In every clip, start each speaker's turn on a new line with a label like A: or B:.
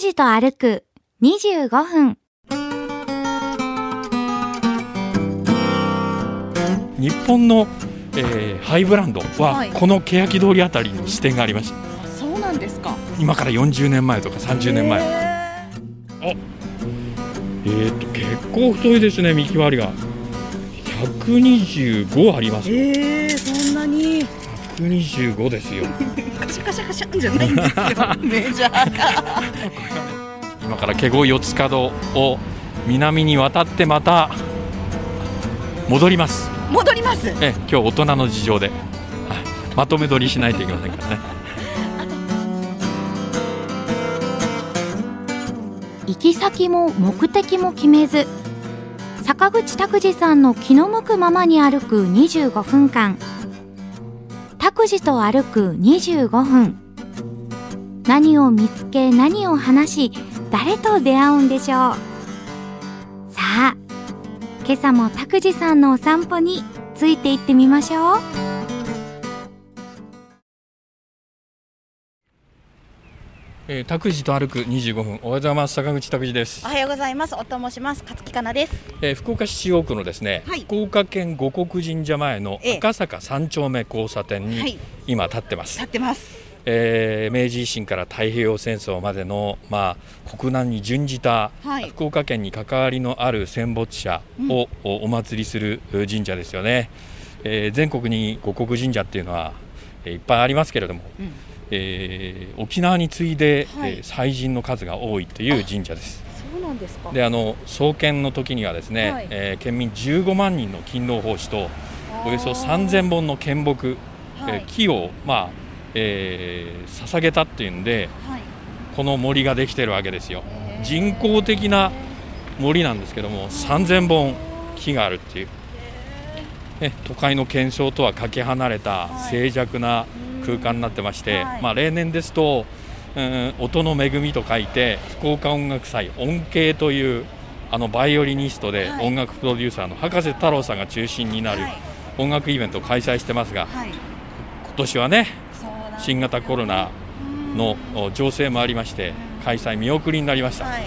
A: 事と歩く25分。
B: 日本の、えーハイブランドは、
C: はい
B: この欅通りあたりに支店がありました
C: そうなんですか。
B: 今から40年前とか30年前
C: 前。
B: えーっと結構太いですね幹割りが125あります
C: ええそんなに。
B: 125ですよ
C: カシャカシャカシャじゃないんですよ。メジャーが。
B: 今から毛越四つ角を南に渡ってまた戻ります
C: 戻ります。
B: ええ今日大人の事情ではいまとめ取りしないといけませんからね
A: 行き先も目的も決めず坂口拓司さんの気の向くままに歩く25分間拓司と歩く25分何を見つけ何を話し誰と出会うんでしょうさあ今朝も拓司さんのお散歩について行ってみましょう
B: えー拓司、と歩く25分おはようございます坂口拓司です
C: おはようございます。おと申します。勝木かなです。
B: えー福岡市中央区のですね、
C: はい
B: 福岡県五国神社前の
C: ええ
B: 赤坂三丁目交差点
C: は
B: に
C: い
B: 今立ってます、
C: 立ってます。
B: えー明治維新から太平洋戦争までの、まあ、国難に準じた
C: はい。
B: 福岡県に関わりのある戦没者をおお祭りする神社ですよね、えー全国に五国神社っていうのはえーいっぱいありますけれども、
C: うん
B: えー沖縄に次いで、
C: はい
B: えー祭神の数が多いという神社です
C: そうなんですか。
B: であの創建の時にはですね、
C: はい
B: えー県民15万人の勤労奉仕とおよそ3000本の献木、
C: は
B: えー
C: い。
B: 木を、まあえー捧げたっていうんで
C: はい。
B: この森ができてるわけですよ
C: へー
B: 人工的な森なんですけども3000本木があるっていう、ね、都会の喧騒とはかけ離れた
C: はい
B: 静寂な空間になってまして、
C: はい
B: まあ、例年ですと、うん、音の恵みと書いて福岡音楽祭音慶というあのバイオリニストで
C: はい
B: 音楽プロデューサーの博士太郎さんが中心になる
C: はい
B: 音楽イベントを開催してますが
C: はい。
B: 今年はね
C: そうなんです
B: 新型コロナのお情勢もありまして開催見送りになりました。
C: はい。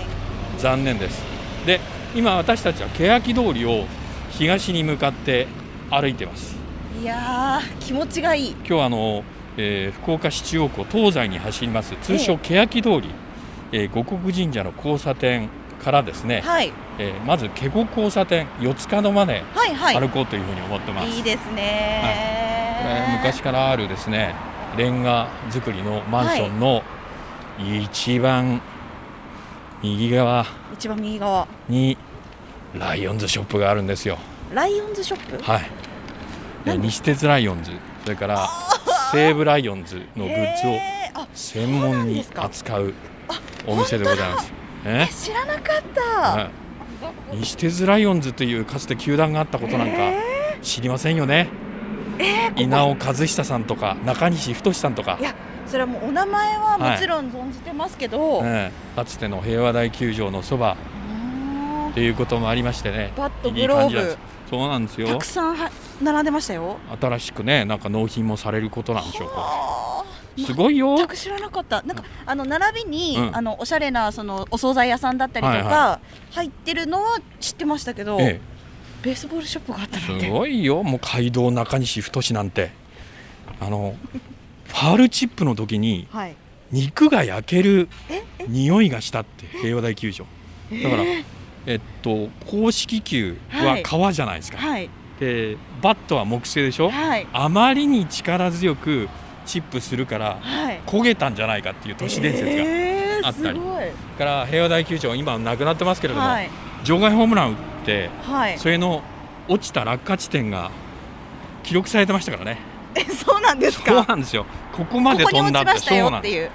B: 残念ですで今私たちは欅通りを東に向かって歩いてます
C: いやー気持ちがいい。
B: 今日はあの、えー福岡市中央区を東西に走ります通称欅通り、えー五国神社の交差点からですね、
C: はい。
B: えーまずケゴ交差点四つ角まで
C: はいはい。
B: 歩こうというふうに思ってます、
C: いい
B: こ
C: です
B: れ
C: ね。
B: 昔からあるですねレンガ造りのマンションの一番右側
C: 一番右側
B: にライオンズショップがあるんですよ
C: ライオンズショップ。
B: はい、えー
C: 何
B: 西鉄ライオンズ、それから西武ライオンズのグッズを
C: へーあ
B: 専門に扱うお店でございます。え
C: え知らなかった。
B: はい西鉄ライオンズというかつて球団があったことなんか
C: え
B: 知りませんよね、稲尾和久さんとか中西太さんとか
C: い、やそれはもうお名前はもちろん存じてますけど、う
B: ええかつての平和台球場のそば
C: ーん
B: ということもありましてね
C: バット
B: い
C: グ
B: い
C: ロ
B: 感じなんで
C: ー
B: すそうなんです
C: ブた
B: よ
C: くさんは並んでましたよ
B: 新しくねなんか納品もされることなんでしょうか
C: はー
B: すごいよ
C: 全く知らなかったなんかあの並びに、
B: うん
C: あのおしゃれなそのお惣菜屋さんだったりとか、
B: はいは
C: 入ってるのは知ってましたけど、
B: ええ
C: ベースボールショップがあったな
B: す
C: んて
B: ごいよ、もう街道中西太なんて、あのファールチップの時に
C: はい
B: 肉が焼ける匂いがしたって、平和大球場。だから、えっと、公式球は
C: はい
B: 革じゃないですか、
C: はい
B: でバットは木製でしょ、
C: はい
B: あまりに力強くチップするから、
C: はい
B: 焦げたんじゃないかっていう都市伝説が、だ
C: えー
B: あったり
C: すごい
B: から平和大球場、今、なくなってますけれども、
C: はい
B: 場外ホームラン打って、
C: はい
B: それの落ちた落下地点が記録されてましたからね。
C: えそうなんです
B: そう
C: か
B: なんですよ。ここま
C: こ
B: で
C: こに
B: 飛ん
C: 落
B: だ
C: ちました
B: そう
C: よ
B: な
C: っ
B: ん
C: て
B: です。
C: いう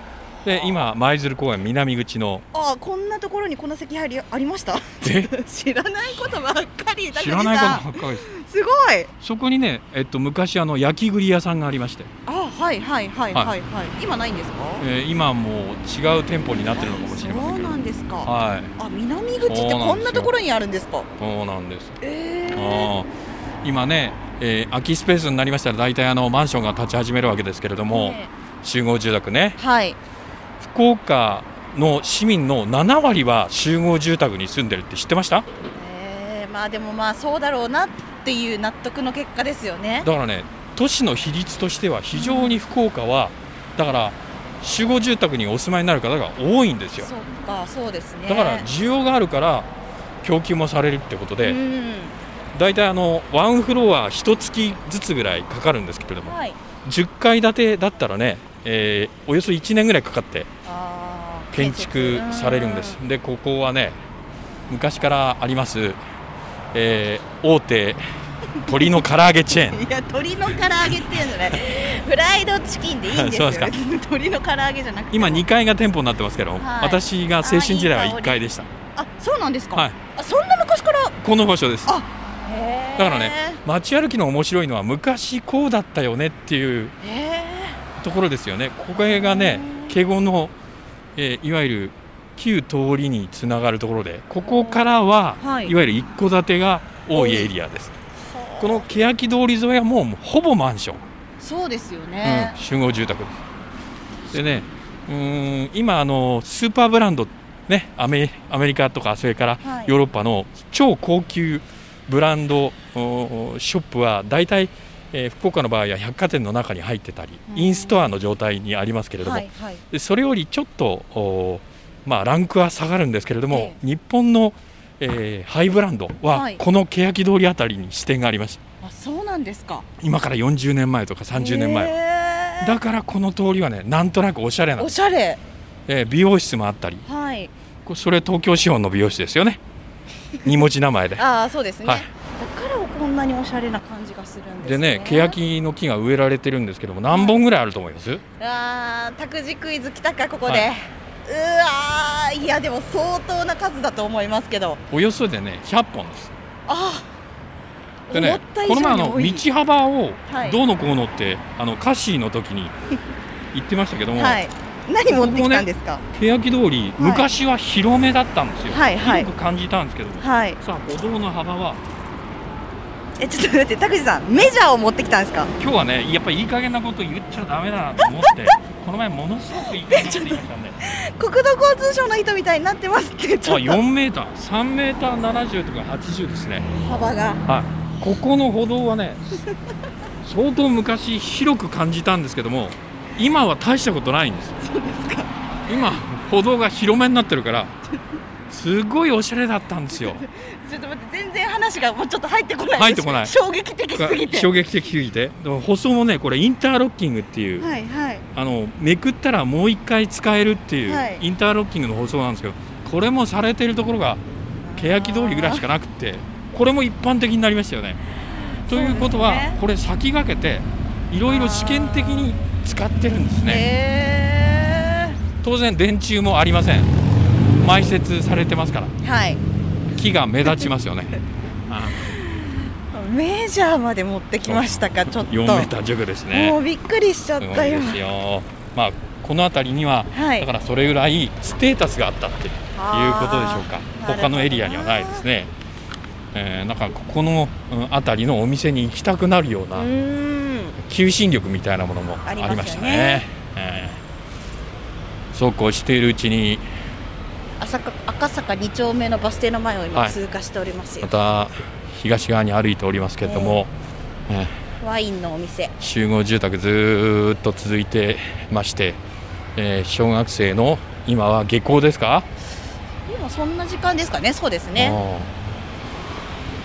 B: で今舞鶴公園南口の
C: ああこんなところにこんな席入りありました
B: え
C: 知らないことばっかりだ
B: 知らないこと
C: こ
B: ばっかりです。
C: とすごい
B: そこにねえっと昔あの焼き栗屋さんがありまして、
C: あはいはいはい
B: は
C: はいいはい、今ないんですか
B: えー今はもう違う店舗になってるのかもしれません
C: そ
B: け
C: う
B: ど
C: な。んですか、
B: はい、
C: あ南口ってこんなところにあるんですか
B: そうなんです。
C: え
B: あ
C: ー、
B: ー今ね、えー空きスペースになりましたら大体あのマンションが立ち始めるわけですけれども、
C: ね
B: 集合住宅ね、
C: はい
B: 福岡の市民の7割は集合住宅に住んでるって知ってました
C: えーまあでもまあそうだろうなっていう納得の結果ですよね
B: だからね都市の比率としては非常に福岡はだから集合住宅にお住まいになる方が多いんですよ
C: そっかそうですね
B: だから需要があるから供給もされるってこと
C: う
B: で
C: ん
B: 大体あのワンフロア1月ずつぐらいかかるんですけれども
C: はい
B: 10階建てだったらね、えーおよそ1年ぐらいかかって
C: あー
B: 建築されるんです、でここはね昔からあります、えー大手鳥の唐揚げチェ ーン
C: いや鶏の唐揚げっていうのね フライドチキンでいいんですよ
B: あ そうで
C: 別に鶏の唐揚げじゃなくて
B: 今2階が店舗になってますけど、
C: はい
B: 私が青春時代は1階でした
C: あそうなんですか、
B: はい
C: あそんな昔からだ
B: この場所です
C: あ
B: だからね街歩きの面白いのは昔こうだったよねっていうところですよねここがね敬語の、えーいわゆる旧通りにつながるところでここからは、
C: はい
B: いわゆる一戸建てが多いエリアですこの欅通り沿いはもうほぼマンション、
C: そうですよね
B: うん、、集合住宅ですでねうーん今あのスーパーブランドねアメアメリカとかそれから
C: はい
B: ヨーロッパの超高級ブランドおショップは大体、えー福岡の場合は百貨店の中に入ってたり
C: うん
B: インストアの状態にありますけれども、
C: はいはい
B: でそれよりちょっとおまあ、ランクは下がるんですけれども
C: え、
B: 日本の、えーハイブランドは
C: はい
B: この欅通りあたりに支店がありました
C: あそうなんですか
B: 今から40年前とか30年前、
C: 前
B: だからこの通りはねなんとなくおしゃれな
C: お、しゃれ
B: えー美容室もあったり
C: はい
B: こそれ東京資本の美容室ですよ ね二文字名前で
C: ああそうですね、
B: はい
C: だからこんなにおしゃれな感じがするんで
B: で
C: す
B: ね欅の木が植えられてるんですけども何本ぐらいあると思います
C: あー託児クイズ来たかここで、
B: はいう
C: わーいやでも相当な数だと思いますけど
B: およそでね100本です
C: あー
B: で
C: 思
B: ね
C: った以
B: この前
C: 上
B: あ
C: に
B: の
C: 多い
B: 道幅を
C: はい
B: どうのこうのって、あの歌詞の時 に言ってましたけども、
C: はい何持ってきたんですか、
B: 欅通り昔は広めだったんですよ、
C: はいはい
B: 広く感じたんですけども、
C: はい
B: さあ歩道の幅は
C: えちょっと待って拓司さんメジャーを持ってきたんですか
B: 今日はねやっぱりいい加減なこと言っちゃダメだなと思ってこの前ものすごくいい加減な こと言いましたんで
C: 国土交通省の人みたいになってますってち
B: あ
C: ょっと
B: 4メーター3メーター70とか80ですね
C: 幅が
B: はいここの歩道はね相当昔広く感じたんですけども今は大したことないんです今歩道が広めになってるからすごいおしゃれだったんですよ
C: ちょっと待って全然話がもうちょっと入ってこない
B: 入ってこない
C: 衝撃的 すぎて
B: 衝撃的すぎてでも舗装もねこれインターロッキングっていう、
C: はいはい
B: あのめくったらもう一回使えるっていう、
C: はい
B: インターロッキングの舗装なんですけどこれもされてるところが欅通りぐらいしかなくてこれも一般的になりましたよね。ということは、
C: そうですね
B: これ先駆けていろいろ試験的に使ってるんですね
C: ね
B: 当然電柱もありません埋設されてますから
C: えー、はい
B: 木が目立ちますよ ねあ
C: メジャーまで持ってきましたかちょっと
B: 4メーター弱ですね
C: もうびっくりしちゃっ
B: すごい
C: たよ
B: ですよまあこの辺りには、
C: はい
B: だからそれぐらいステータスがあったっていうことでしょうか
C: あー
B: 他のエリアにはないですねえーなんかここのうん辺りのお店に行きたくなるよう
C: う
B: な
C: ーん
B: 求心力みたいなものもありましたねえーそうこうしているうちに
C: 赤坂赤坂2丁目のバス停の前を今
B: はい
C: 通過しておりますよ
B: ま、た東側に歩いておりますけれども、えー
C: ワインのお店
B: 集合住宅ずーっと続いてまして、えー小学生の今は下校ですか
C: 今そんな時間ですかねそうですね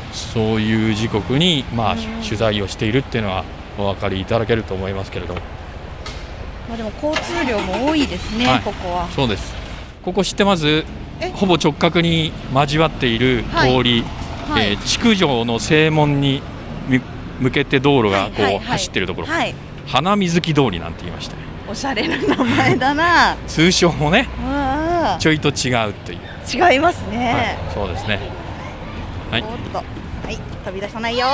B: うんそういう時刻に、まあ、
C: うん
B: 取材をしているっていうのはお分かりいただけると思いますけれども
C: まあでも交通量も多いですね、
B: はい
C: ここは
B: そうですここ知ってます
C: え
B: ほぼ直角に交わっている
C: はい
B: 通り、
C: はい
B: えー築城の正門に向向けて道路がこう、
C: はいはいはい
B: 走ってるところ、
C: はい
B: 花水木通りなんて言いまして
C: おしゃれな名前だな
B: 通称もね
C: あ
B: ちょいと違うという、
C: あ違いますね、
B: はい、そうですねはい
C: おっとはい飛び出さないよ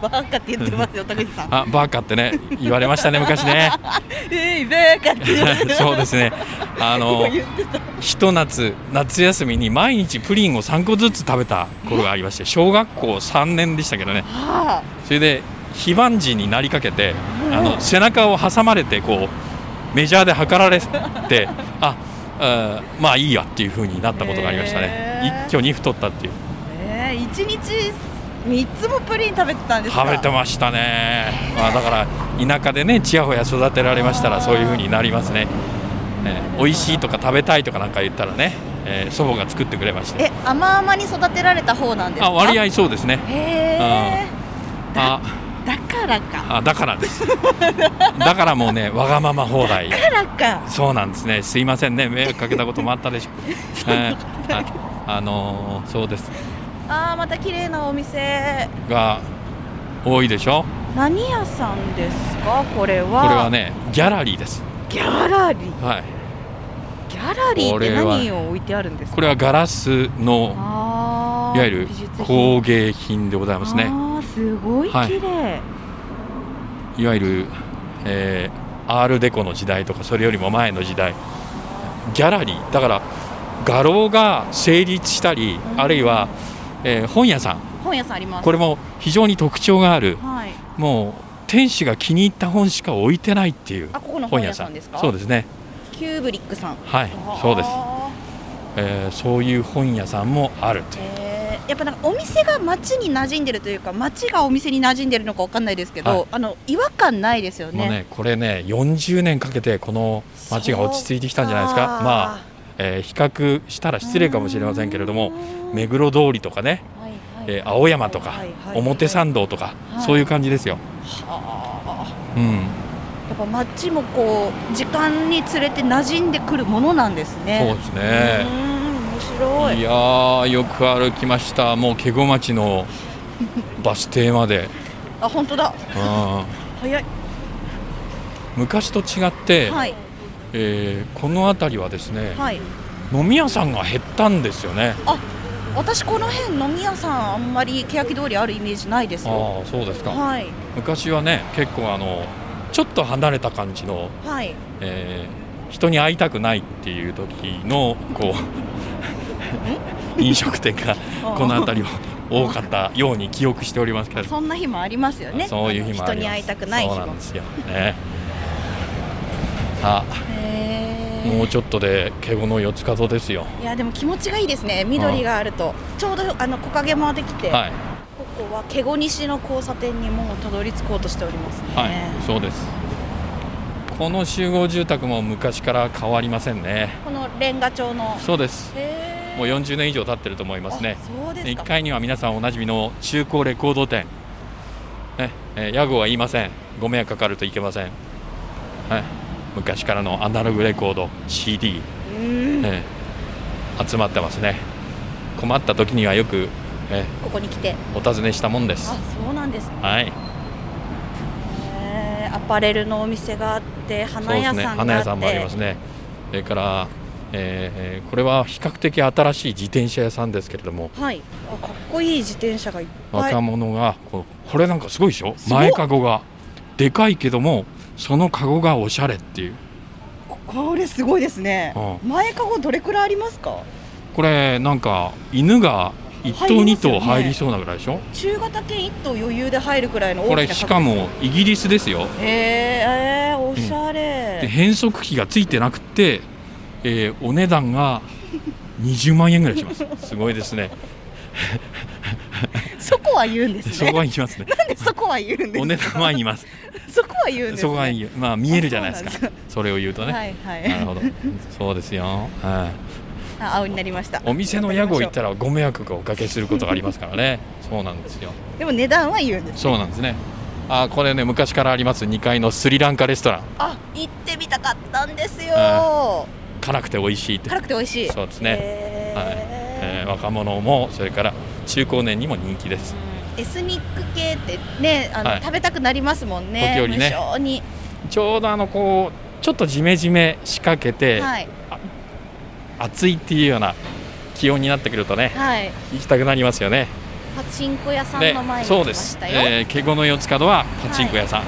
C: バカって言ってますよ高橋さん
B: あバーカってね言われましたね昔ね
C: えいバカって言って
B: そうですねあの
C: 言ってた
B: ひと夏夏休みに毎日プリンを3個ずつ食べた頃がありまして小学校3年でしたけどね
C: あ
B: それで非番児になりかけて
C: うん
B: あの背中を挟まれてこうメジャーで測られてああーまあいいやっていうふうになったことがありましたね
C: へー
B: 一挙に太ったっていう
C: えー、一日三つもプリン食べてたんですか
B: 食べてましたね、まあ、だから田舎でねちやほや育てられましたらそういう風になりますね、えー美味しいとか食べたいとかなんか言ったらね、えー祖母が作ってくれまして
C: え甘々に育てられた方なんですか
B: あ割合そうですね
C: へえ
B: あ
C: だからか
B: あだからですだからもうねわがまま放題
C: だからか
B: そうなんですねすいませんね迷惑かけたこともあったで しょう、えーああのーそうです
C: あーまた綺麗なお店
B: が多いでしょ
C: 何屋さんですかこれ
B: こ
C: は
B: れはねギャラリーです
C: ギャラリー
B: はい
C: ギャラリーって
B: これ
C: 何を置いてあるんですか
B: これはガラスの
C: あー
B: いわゆる
C: 美術品
B: 工芸品でございますね。
C: あーすごい綺麗、
B: いわゆる、えーアールデコの時代とかそれよりも前の時代ギャラリーだから画廊が成立したり
C: うん
B: あるいは、えー本屋さん
C: 本屋さんあります
B: これも非常に特徴がある
C: はい
B: もう店主が気に入った本しか置いてないっていう
C: あここの
B: 本
C: 本
B: 屋
C: 屋
B: さ
C: さ
B: ん
C: んですか
B: そうですね
C: キューブリックさん
B: はいそうです、
C: あ
B: えーそういう本屋さんもあると
C: ー
B: いう
C: へーやっぱなんかお店が街に馴染んでるというか街がお店に馴染んでるのかわかんないですけど、
B: はい
C: あの違和感ないですよ
B: も
C: ね
B: うねこれね40年かけてこの街が落ち着いてきたんじゃないですか
C: そ
B: ま
C: う
B: あえー比較したら失礼かもしれませんけれども
C: うん
B: 目黒通りとかね、
C: はいはい
B: えー青山とか
C: はいはいはい
B: 表参道とか
C: はい
B: そういう感じですよ。
C: はあ
B: うん、
C: やっぱ街もこう時間につれて馴染んでくるものなんですね
B: そうですね
C: うーん面白い
B: いやーよく歩きましたもう毛後町のバス停まで、
C: あ本当だ
B: うん、
C: 早い
B: 昔と違って、
C: はい
B: えーこの辺りはですね、
C: はい
B: 飲み屋さんが減ったんですよね。
C: 私この辺飲み屋さんあんまり欅通りあるイメージないですよ
B: ああそうですか、
C: はい
B: 昔はね結構あのちょっと離れた感じの
C: はい
B: えー人に会いたくないっていう時のこう 飲食店がこの辺りは多かったように記憶しておりますけど
C: そんな日もありますよね
B: そういう日もあります
C: 人に会いたくない日
B: そうな
C: も
B: んですよ、ね、さあもうちょっとで敬語の四つ角ですよ
C: いやでも気持ちがいいですね緑があるとちょうどあの木陰もできて、
B: はい
C: ここは毛後西の交差点にもうたどり着こうとしておりますね、
B: はいそうですこの集合住宅も昔から変わりませんね
C: このレンガ調の
B: そうです
C: へー
B: もう40年以上経ってると思いますね
C: あそうです
B: 1
C: か
B: 階には皆さんおなじみの中古レコード店、ねえー、屋号は言いませんご迷惑かかるといけません、はい、昔からのアナログレコード CD、
C: うーん
B: えー集まってますね困った時にはよく、え
C: ここに来て
B: ーお尋ねしたもんです
C: あそうなんですね
B: はい
C: へーアパレルのお店があって
B: そう
C: 花
B: で
C: 屋
B: すね
C: さん
B: 花
C: があ
B: 屋
C: って
B: さんもありますねそれから、えーこれは比較的新しい自転車屋さんですけれども
C: はいあかっこいい自転車がいっぱい
B: 若者がこうこれなんかすごいでしょ
C: すごっ
B: 前かごがでかいけどもそのかごがおしゃれっていう
C: これすごいですね
B: う
C: 前かごどれくらいありますか
B: これなんか犬が1頭
C: 入り
B: 2
C: ますよね
B: 頭入りそうなぐらいでしょ、
C: 中型犬一頭余裕で入るくらいの大きな
B: これしかもイギリスですよ
C: へえー、おしゃ
B: で
C: れ、
B: 変速機がついてなくて、えーお値段が20万円ぐらいしますすごいですね
C: そこは言うん です
B: そ
C: ね
B: こは言いますね
C: なんで そこは言うんですか
B: お値段は言います
C: そこは言うんですね
B: そこは言うまあ見えるじゃないですか
C: あそ
B: そう
C: な
B: れ
C: ん
B: を言うとね、
C: はいはい
B: なるほどそうですよ、はい
C: あ青になりました
B: お店の屋号行ったらご迷惑をおかけすることがありますからねそうなんですよ
C: でも値段は言うんです
B: そうなんですねあこれね昔からあります2階のスリランカレストラン
C: あ行ってみたかったんです
B: あ
C: よ
B: 辛くて美味しいって、
C: 辛くて美味しい
B: そうですね
C: へ
B: はいえ
C: ー
B: ー若者もそれから中高年にも人気です
C: エスニック系ってねあの、
B: はい
C: 食べたくなりますもんね
B: 時折ね
C: 無性に
B: ちょうどあのこうちょっとジメジメ仕掛けて、
C: はい
B: 暑いっていうような気温になってくるとね
C: はい
B: 行きたくなりますよね
C: パチンコ屋さん
B: で
C: の前に
B: そう
C: 来
B: で
C: ますしたよ、
B: えーケゴの四つ角はパチンコ屋 さん、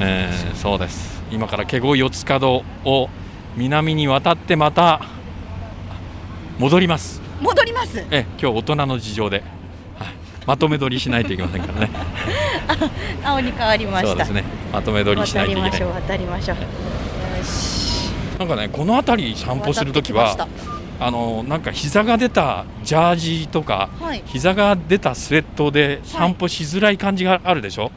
B: えーそうです今からケゴ四つ角を南に渡ってまた戻ります
C: 戻 ります
B: えー今日大人の事情で、はいまとめ撮りしないといけませんから ね
C: 青に変わりました
B: そうですねまとめ撮りしな
C: 渡
B: い
C: り
B: とい
C: ま
B: け
C: しょう
B: ない
C: 渡りましょうよし
B: なんかねこの辺り散歩するときは
C: 渡ってきま
B: あのなんか膝が出たジャージとか
C: したはい
B: 膝が出たスウェットで散歩しづらい感じがあるでしょ、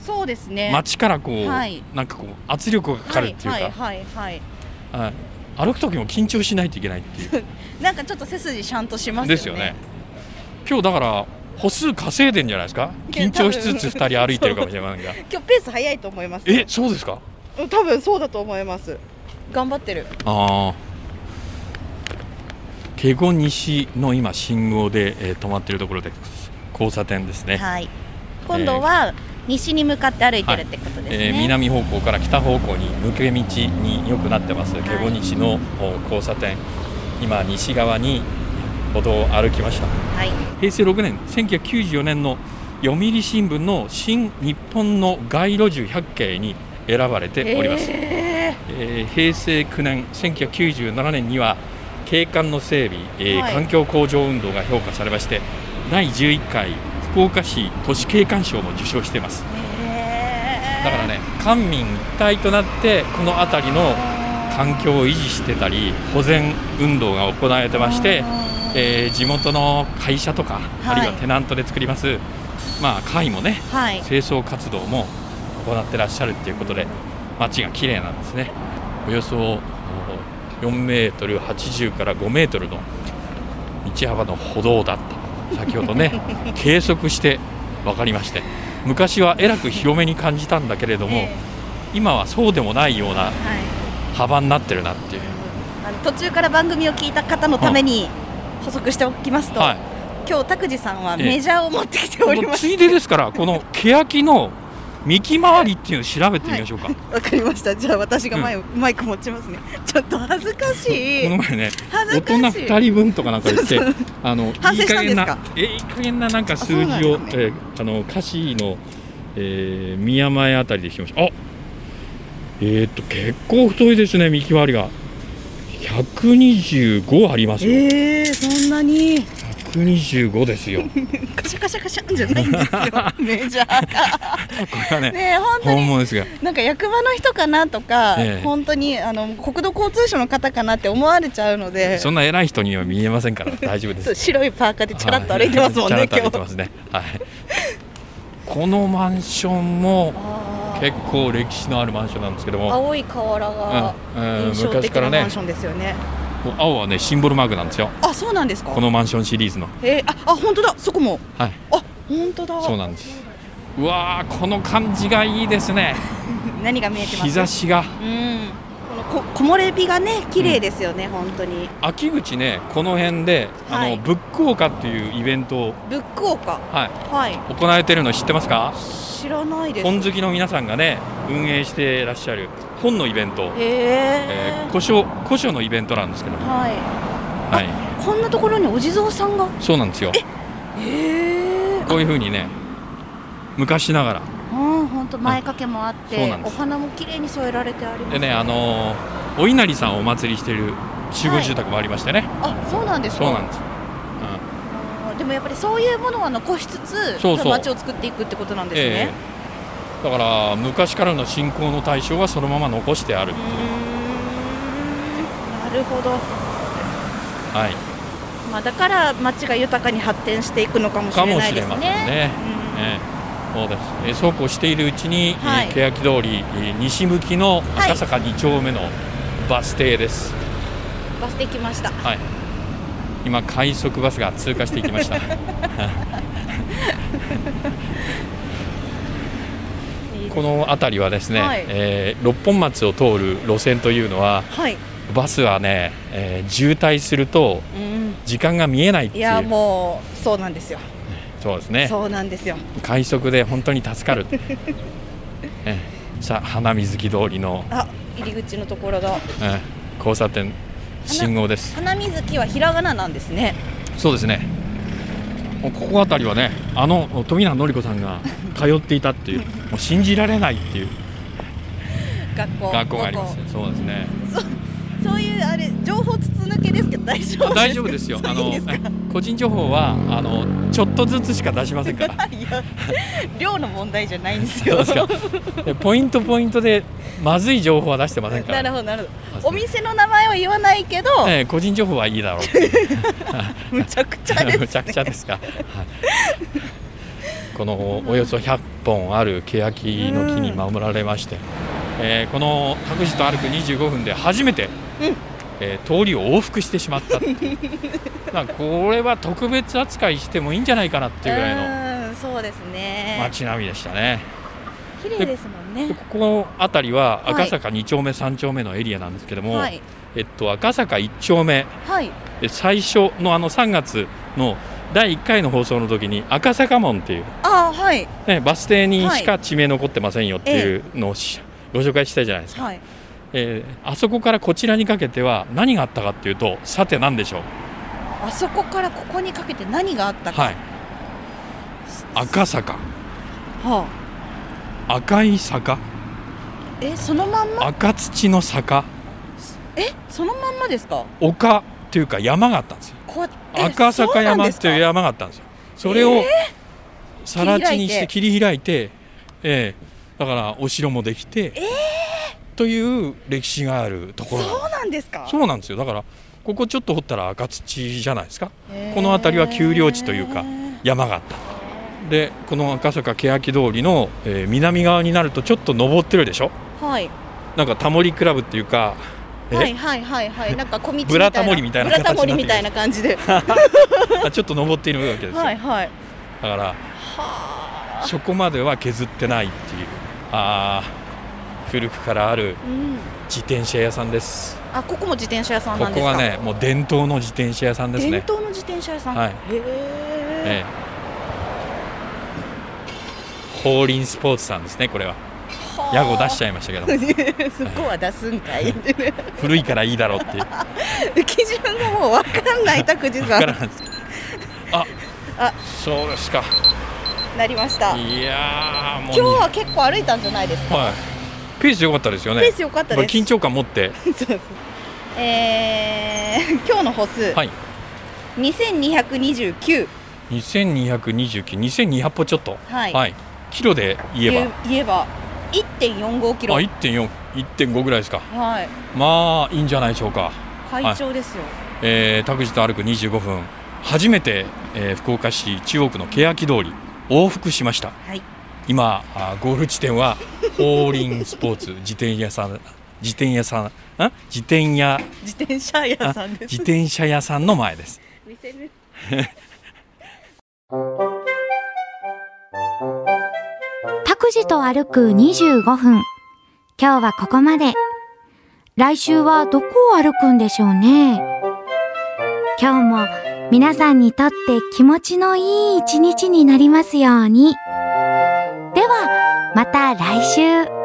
C: そうですね
B: 街からこう、
C: はい
B: なんかこう圧力がかかるっていうか、
C: はいはいはい、は
B: はい歩く時も緊張しないといけないっていう
C: い、なんかちょっと背筋ちゃんとしますよね
B: ですよね。今日だから歩数稼いでんじゃないですか。
C: いや
B: 緊張しつつ二人歩いてるかもしれませんが。
C: 今日ペース早いと思います
B: え、そうですか。
C: うん多分そうだと思います頑張ってる
B: ああ。ケゴ西の今信号で、えー止まってるところで交差点ですね。
C: はい今度は西に向かって歩いてるってことですね、
B: えー南方向から北方向に抜け道によくなってます。ケゴ西のお交差点。今西側に歩道を歩きました。
C: はい
B: 平成6年1994年の読売新聞の新日本の街路樹100景に選ばれております、えー
C: え
B: 平成9年1997年には景観の整備、えー
C: はい
B: 環境向上運動が評価されまして第11回福岡市都市景観賞も受賞しています
C: ーえー
B: だからね官民一体となってこの辺りの環境を維持してたり保全運動が行われてましてえー地元の会社とか、
C: はい
B: あるいはテナントで作ります、まあ、会もね
C: はい
B: 清掃活動も行ってらっしゃるということで街が綺麗なんですねおよそお4メートル80から5メートルの道幅の歩道だった先ほど ね計測して分かりまして昔はえらく広めに感じたんだけれども、
C: え
B: 今はそうでもないような
C: ーはい
B: 幅になってるなっていう、
C: あの途中から番組を聞いた方のために補足しておきますと、
B: はい、
C: 今日拓司さんは
B: ええ
C: メジャーを持ってきており
B: この
C: ます
B: ついでですからこの欅の幹回りっていうのを調べてみましょうか、
C: わかりましたじゃあ私が前を、マイク持ちますねちょっと恥ずかし
B: この
C: い
B: 前ね
C: 恥
B: 大
C: ず
B: 人
C: かしい
B: 2人分とかなんか言って
C: そうそう
B: あの
C: 反省したんですか
B: いい加減なえいい加減ななんか数字
C: あそう
B: を、
C: なんです
B: えーあの歌詞の、えー宮前あたりで聞きましたあえーっと結構太いですね幹回りが125ありますよ、
C: えー、そんなに
B: 125ですよこ
C: カシャカシャカシャンじゃないん ですよメジャー
B: れ
C: が
B: はね
C: ねえ 本当
B: 本
C: に
B: 物ですが
C: なんか役場の人かなとか、
B: ええ
C: 本当にあの国土交通省の方かなって思われちゃうので
B: そんな偉い人には見えませんから大丈夫です
C: そう白いパーカーでチャラッと歩いてますもんね、
B: はいチャラッ
C: 今
B: と歩いてま
C: 日
B: すねはいこのマンションも
C: あー
B: 結構歴史のあるマンションなんですけども、
C: 青い瓦が
B: うんうん
C: 印象
B: 昔
C: 的
B: から
C: な
B: ね
C: マンションですよね
B: もう青はねシンボルマークなんですよ
C: あそうなんですか
B: このマンションシリーズの
C: えー、ああ本当だそこも
B: はい
C: あ本当だ
B: そうなんですうわーこの感じがいいですね
C: 何が見えてます
B: 日差しが
C: うんこのこ木漏れ日がね綺麗ですよね、本当に
B: 秋口ねこの辺で、
C: は
B: あ
C: い
B: のブックオーカっていうイベントを、
C: ブックオーカ
B: はい、
C: はい
B: 行われてるの知ってますか
C: 知らないです
B: 本好きの皆さんがね運営していらっしゃる本のイベント、
C: へえ
B: えー、古書古書のイベントなんですけども
C: は
B: はい
C: いこんなところにお地蔵さんが
B: そうなんですよ
C: へえ
B: こういうふうにね昔ながら
C: うん本当前掛けもあっ
B: そう
C: て
B: なんで
C: お
B: す
C: 花も綺麗に添えられてあります
B: でねあのーお稲荷さんをお祭りしている集合
C: はい
B: 住宅もありましてね、
C: あそうなんですか
B: そうなんです、
C: あーでもやっぱりそういうものは残しつつ
B: そうそう
C: 街を作っていくってことなんです
B: え
C: ね、
B: えだから昔からの信仰の対象はそのまま残してある
C: う、ーんなるほど
B: はい、
C: まあ、だから町が豊かに発展していくのかもし
B: か
C: れ
B: も
C: ない
B: し
C: で
B: れ
C: す
B: ません
C: ね。
B: ね。
C: うん
B: ええそうですえーそうこうしているうちに、
C: はい
B: えー欅通りえー西向きの
C: い
B: 赤坂2丁目のバス停です、
C: バス停来ました。
B: はい、今快速バスが通過していきま した この辺りはですね、
C: はい
B: えー六本松を通る路線というのは
C: はい。
B: バスはね、えー渋滞すると
C: うん。
B: 時間が見えないって
C: い
B: いう
C: やもうそうなんですよ。
B: そうですね
C: そうなんですよ。
B: 快速で本当に助 かる、えーさあ花水木通りの、
C: あ、入り口のところだ。
B: えー交差点信号です
C: 花水木はひらがななんですね。
B: そうですねもうここあたりはねあの富永典子さん が通っていたっていうもう信じられないっていう
C: 学校。
B: 学校があります
C: ど
B: ねそうですね
C: こそうそういうあれ情報筒抜けですけど大丈夫
B: 大丈夫です よ。
C: あ
B: あの
C: のいいんですか
B: 個人情報はあのちょっとずつしか出しませんから。
C: いや量の問題じゃないんで
B: そ
C: す
B: う
C: よ
B: ですか。 でポイントポイントでまずい情報は出してませんか
C: な
B: ら。
C: るほどなるほどお店の名前は言わないけど、
B: ええ個人情報はいいだろうって。
C: むちゃくちゃです、ね、
B: むちゃくちゃですか。はいこのおよそ100本ある欅の木に守られまして、えーこの「タクシーと歩く25分」で初めて、
C: うん
B: えー通りを往復してしまったって いうなんかこれは特別扱いしてもいいんじゃないかなっていうぐらいの
C: うんそうですね
B: 街並みでしたね。
C: 綺麗ですもん
B: で
C: ね
B: ここの辺りは
C: はい
B: 赤坂2丁目、3丁目のエリアなんですけども、
C: はい
B: えっと、赤坂1丁目
C: はい
B: え最初のあの3月の第1回の放送の時に赤坂門っていう、
C: あーはい
B: ね、バス停にしか地名残ってませんよっていうのをし、ご紹介したじゃないですか、
C: はい
B: えーあそこからこちらにかけては何があったかっていうとさて何でしょう、
C: あそこからここにかけて何があったか、
B: はい、赤坂
C: は
B: 赤い坂
C: あ、えそのまんま
B: 赤土の坂
C: えそのまんまですか
B: 丘っていうか山があったんですよ
C: こうえ
B: 赤坂
C: そうな
B: 山
C: んで
B: っ
C: す
B: て
C: か
B: いう山があったんですよ。それ
C: え
B: を
C: ー
B: 更地にして
C: 切
B: 切り開いて、ええだからお城もできて、という歴史があるところ
C: そうなんですか
B: そうなんですよだからここちょっと掘ったら赤土じゃないですか
C: へー
B: この辺りは丘陵地というか山があったでこの赤坂欅通りの、えー南側になるとちょっと登ってるでしょ
C: はい
B: なんかタモリクラブっていうか、え
C: はいはいはいはいなんか小道みたいな
B: ブラタモリみたいな形
C: ブラタモリみたいな感 じで
B: あちょっと登っているわけですよ、
C: はいはい
B: だから
C: はあ
B: そこまでは削ってないっていうあー古くからある
C: うん
B: 自転車屋さんです
C: あここも自転車屋さん
B: こ
C: なんで
B: こ
C: すか
B: はねもう伝統の自転車屋さんです
C: 伝
B: ね、
C: 統の自転車屋さん
B: はい
C: へえ
B: ええ、法輪スポーツさんですねこれは屋号出しちゃいましたけど も
C: そこは出すんかい
B: 古いからいいだろうっていうわ
C: 基準がもう分かんない拓司さ
B: から
C: ん
B: ないですけどあ
C: あ
B: そうですか
C: なりました
B: いやーもう
C: 今日は結構歩いたんじゃないですか、
B: はいペース良かったですよね
C: ペース良かったです
B: やぱり緊張感持って
C: そうそうえー、今日の歩数、
B: はい
C: 2229
B: 2229、2200歩ちょっと、
C: はい
B: キロで言えば、
C: 言言えば1.45キロ
B: あ1.4、1.5ぐらいですか、
C: はい
B: まあいいんじゃないでしょうか、
C: 会長ですよ、
B: えー、タクシーと歩く25分、初めて、えー福岡市中央区の欅通り、往復しました、
C: はい
B: 今、あーゴール地点は、法輪スポーツ、自転屋さん、自転屋さん、ん自転屋、
C: 自転車屋さんです
B: 自転車屋さんの前です。
C: 店ね
A: タクジと歩く25分。今日はここまで。来週はどこを歩くんでしょうね。今日も皆さんにとって気持ちのいい一日になりますように。では、また来週。